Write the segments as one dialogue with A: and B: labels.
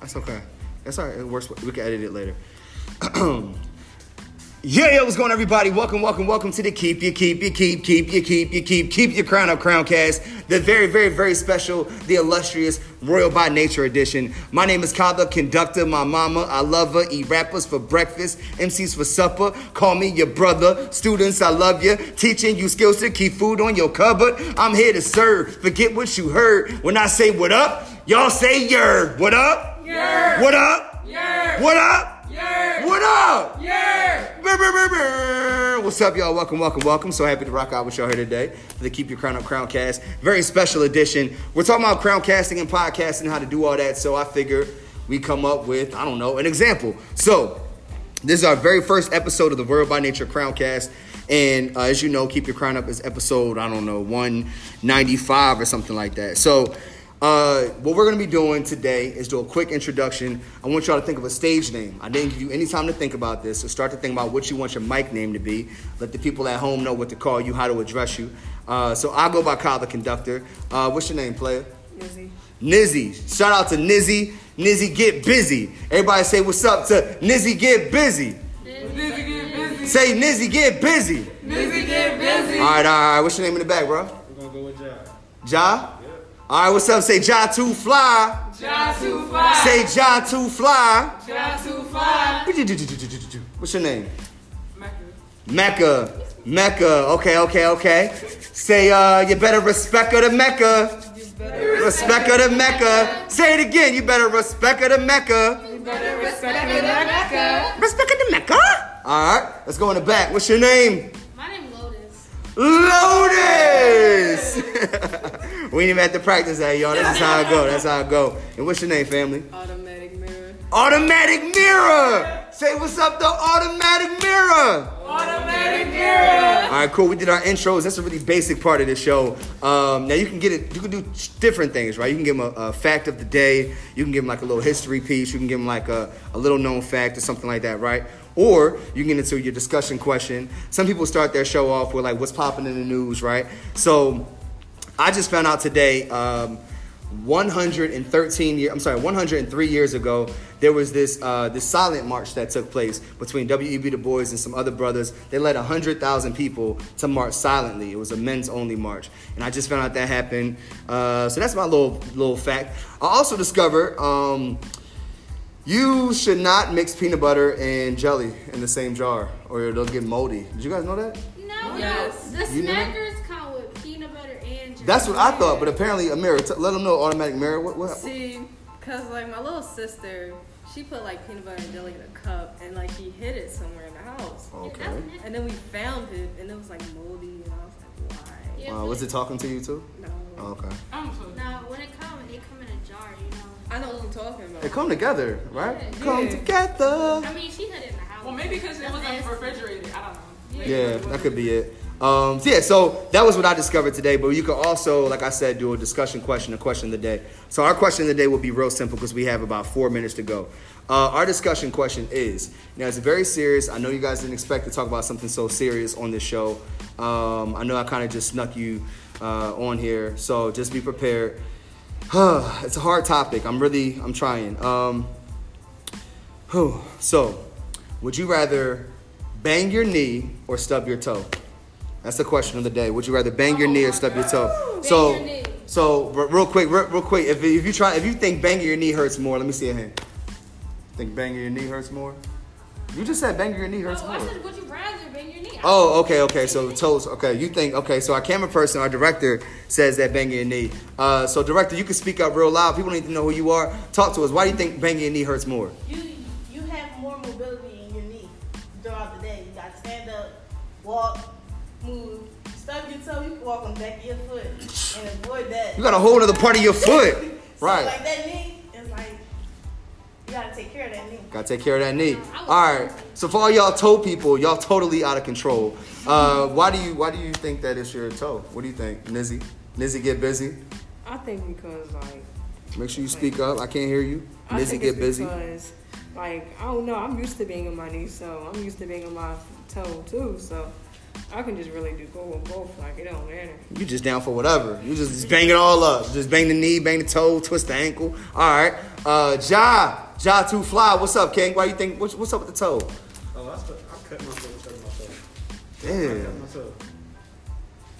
A: That's okay. That's all right. It works. We can edit it later. yeah, yo, what's going on, everybody? Welcome, welcome, welcome to the Keep You, Keep You, Keep, Keep You, Keep You, Keep, Keep Your Crown Up Crowncast, the very, very, very special, the illustrious Royal by Nature edition. My name is Kaba, conductor, my mama, I love her, eat rappers for breakfast, MCs for supper, call me your brother, students, I love you, teaching you skills to keep food on your cupboard. I'm here to serve, forget what you heard. When I say what up, y'all say yer. What up?
B: Yer.
A: What up?
B: Yer.
A: What up?
B: Yer.
A: What up?
B: Yer.
A: Brr, brr, brr, brr. What's up, y'all? Welcome, welcome, welcome. So happy to rock out with y'all here today for the Keep Your Crown Up Crowncast. Very special edition. We're talking about crown casting and podcasting, how to do all that. So I figure we come up with, I don't know, an example. So this is our very first episode of the World by Nature Crowncast. And uh, as you know, Keep Your Crown Up is episode, I don't know, 195 or something like that. So uh, what we're gonna be doing today is do a quick introduction. I want y'all to think of a stage name. I didn't give you any time to think about this, so start to think about what you want your mic name to be. Let the people at home know what to call you, how to address you. Uh, so I'll go by Kyle the conductor. Uh, what's your name, player?
B: Nizzy.
A: Nizzy. Shout out to Nizzy. Nizzy, get busy. Everybody say what's up to Nizzy, get busy.
B: Nizzy get busy.
A: Say Nizzy, get busy.
B: Nizzy get busy.
A: All right, all right. What's your name in the back, bro?
C: We're gonna go with John.
A: Ja. All right, what's up? Say Ja to fly.
B: John two five.
A: Say Ja to fly.
B: John two five.
A: What's your name? Mecca. Mecca. Okay, okay, okay. Say uh, you better respect her to Mecca. Respect her to Mecca. Say it again. You better respect her to Mecca.
B: Better respect Rebecca.
A: Respect her to Mecca. All right, let's go in the back. What's your name?
D: My name Lotus.
A: Lotus. we didn't even have to practice that, y'all. This is how I go. That's how I go. And what's your name, family?
B: Automatic mirror.
A: Automatic mirror. Say what's up, the automatic mirror.
B: Automatic mirror.
A: All right, cool. We did our intros. That's a really basic part of the show. Um, now you can get it. You can do different things, right? You can give them a, a fact of the day. You can give them like a little history piece. You can give them like a, a little known fact or something like that, right? Or you can get into your discussion question. Some people start their show off with like, "What's popping in the news?" Right? So, I just found out today. Um, 113 year, I'm sorry, 103 years ago, there was this uh, this silent march that took place between W.E.B. Du Bois and some other brothers. They led 100,000 people to march silently. It was a men's only march, and I just found out that happened. Uh, so that's my little little fact. I also discovered um, you should not mix peanut butter and jelly in the same jar, or it'll get moldy. Did you guys know that?
D: No,
B: Yes.
D: the
A: You know that?
D: Smackers come with peanut butter and jelly.
A: That's what I thought, but apparently, Amira, t- let them know automatic mirror. What? what?
E: See, cause like my little sister, she put like peanut butter and jelly in a cup, and like she hid it somewhere in the house.
A: Okay.
E: And then we found it, and it was like moldy, and I was like, why?
D: Yeah,
A: Uh, was
D: but-
A: it talking to you too?
E: No,
A: Okay.
B: I'm so.
D: No, when it comes, it come in a jar, you know.
E: I know what I'm talking about.
A: They come together, right?
D: Yeah.
A: Come together.
D: I mean, she had it in the house.
B: Well, maybe because it
D: That's
B: was like
D: nasty.
B: refrigerated. I don't know. Maybe
A: Yeah,
B: it
A: that
B: wasn't-
A: could be it. Um, so yeah, so that was what I discovered today. But you could also, like I said, do a discussion question, a question of the day. So our question of the day will be real simple because we have about four minutes to go. Uh, our discussion question is now it's very serious. I know you guys didn't expect to talk about something so serious on this show. Um, I know I kind of just snuck you uh, on here, so just be prepared. it's a hard topic. I'm really, I'm trying. Um, Whew. So, would you rather bang your knee or stub your toe? That's the question of the day. Would you rather bang
D: Oh
A: your knee or stub your toe? so,
D: your knee.
A: so re- real quick, re- real quick. If, if you try, if you think banging your knee hurts more, let me see a hand. Think banging your knee hurts more? You just said banging your knee hurts
D: No,
A: more.
D: Oh, I said, would you rather bang your knee?
A: Oh, okay, okay. So toes. Okay, you think. Okay, so our camera person, our director, says that banging your knee. Uh, so director, you can speak up real loud. People need to know who you are. Talk to us. Why do you think banging your knee hurts more?
F: You you have more mobility in your knee throughout the day. You got to stand up, walk, move. Stub your toe, you can walk on the back of your foot and avoid that.
A: You got a whole other part of your foot.
F: So,
A: Right.
F: Like that knee is like you gotta take care of that knee.
A: Gotta take care of that knee. All right. So for all y'all toe people, y'all totally out of control. Uh, why do you why do you think that it's your toe? What do you think, Nizzy? Nizzy, get busy.
E: I think because like
A: Make sure you speak up. I can't hear you.
E: I
A: Nizzy,
E: think
A: get
E: it's
A: busy.
E: because like I don't know, I'm used to being in my knee, so I'm used to being on my toe too. So
B: I can just really do go with both. Like it don't matter.
A: You just down for whatever. You just, just bang it all up. Just bang the knee, bang the toe, twist the ankle. All right. Uh, Ja, Ja Two Fly. What's up, King? Why you think? What's, what's up with the toe?
C: Oh, I, st- I cut myself, cut myself. I cut
A: Damn.
C: myself.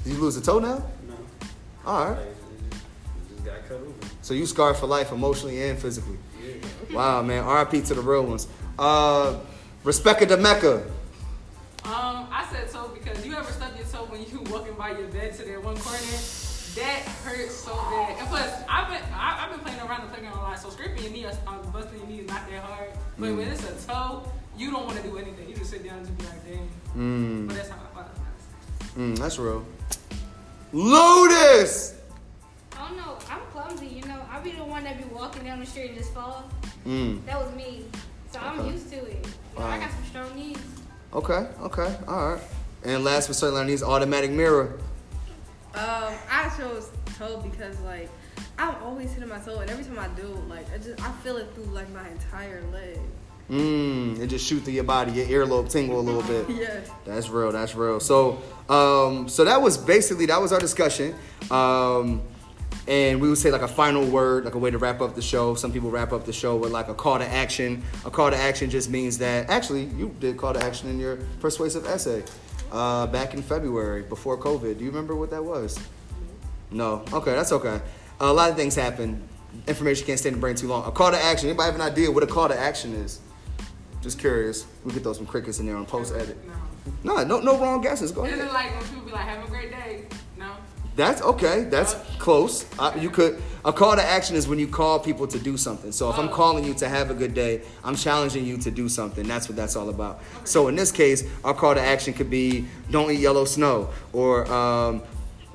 A: Did you lose the toe now?
C: No.
A: All right.
C: Like, it just, it just got cut open.
A: So you scarred for life, emotionally and physically.
C: Yeah.
A: Wow, man. R.I.P. to the real ones. Uh, Respecta de Mecca.
B: Um, I said toe because you ever stubbed your toe when you walking by your bed to that one corner? That hurts so bad. And plus, I've been I, I've been playing around the playground a lot, so scraping your knee, or um, busting your knee is not that hard. But when it's a toe, you don't want to do anything. You just sit down and just be like, dang.
A: Mm,
B: But that's how I felt.
A: mm, that's real. Lotus.
D: I don't know. I'm clumsy, you know. I be the one that be walking down the street and just fall.
A: Mm,
D: That was me. So I'm
A: Okay.
D: used to it. You know, I got some strong knees.
A: okay. Okay. All right. And last but certainly not least, automatic mirror.
E: Um, I chose toe because like I'm always hitting my toe, and every time I do, like I just I feel it through like my entire leg.
A: Mmm, it just shoot through your body, your earlobe tingle a little
B: Oh.
A: bit.
E: Yeah.
A: That's real, that's real. So um, so that was basically that was our discussion. Um, and we would say like a final word, like a way to wrap up the show. Some people wrap up the show with like a call to action. A call to action just means that actually you did call to action in your persuasive essay uh, back in February before COVID. Do you remember what that was? No. Okay, that's okay. a lot of things happen. Information can't stay in the brain too long. A call to action. Anybody have an idea what a call to action is? Just curious. We could throw some crickets in there on post edit.
B: No.
A: No, no, no wrong guesses. Go
B: Is
A: ahead.
B: it like when people be like, have a great day? No.
A: That's okay. That's close. Uh, you could. A call to action is when you call people to do something. So if I'm calling you to have a good day, I'm challenging you to do something. That's what that's all about. So in this case, our call to action could be don't eat yellow snow or um,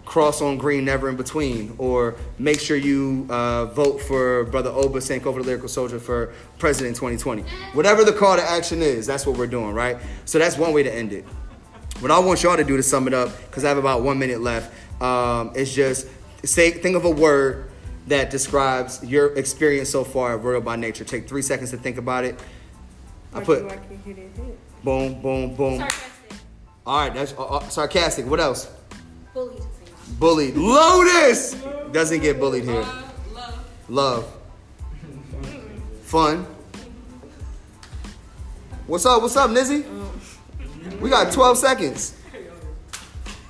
A: cross on green never in between or make sure you uh, vote for Brother Oba Sank over the Lyrical Soldier for President 2020. Whatever the call to action is, that's what we're doing, right? So that's one way to end it. What I want y'all to do to sum it up, because I have about one minute left, um, is just say think of a word that describes your experience so far at Royal by Nature. Take three seconds to think about it. I put
E: I can hit it. hit.
A: boom, boom, boom.
D: Sarcastic.
A: All right, that's uh, uh, sarcastic. What else?
D: Bullied.
A: Bullied. Lotus doesn't get bullied here.
B: Uh, love.
A: Love. Fun. What's up? What's up, Nizzy? We got 12 seconds.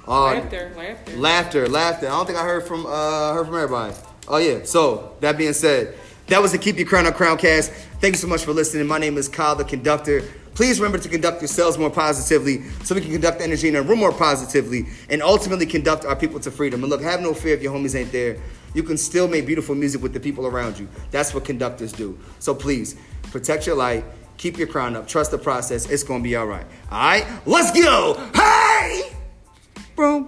A: Uh,
B: Laughter. Laughter.
A: Laughter, laughter. I don't think I heard from uh heard from everybody. Oh yeah. So that being said, that was the Keep Your Crown on Crowncast. Thank you so much for listening. My name is Kyle, the conductor. Please remember to conduct yourselves more positively so we can conduct the energy in our room more positively and ultimately conduct our people to freedom. And look, have no fear if your homies ain't there. You can still make beautiful music with the people around you. That's what conductors do. So please protect your light, keep your crown up, trust the process. It's gonna be all right. All right, let's go. Hey, bro.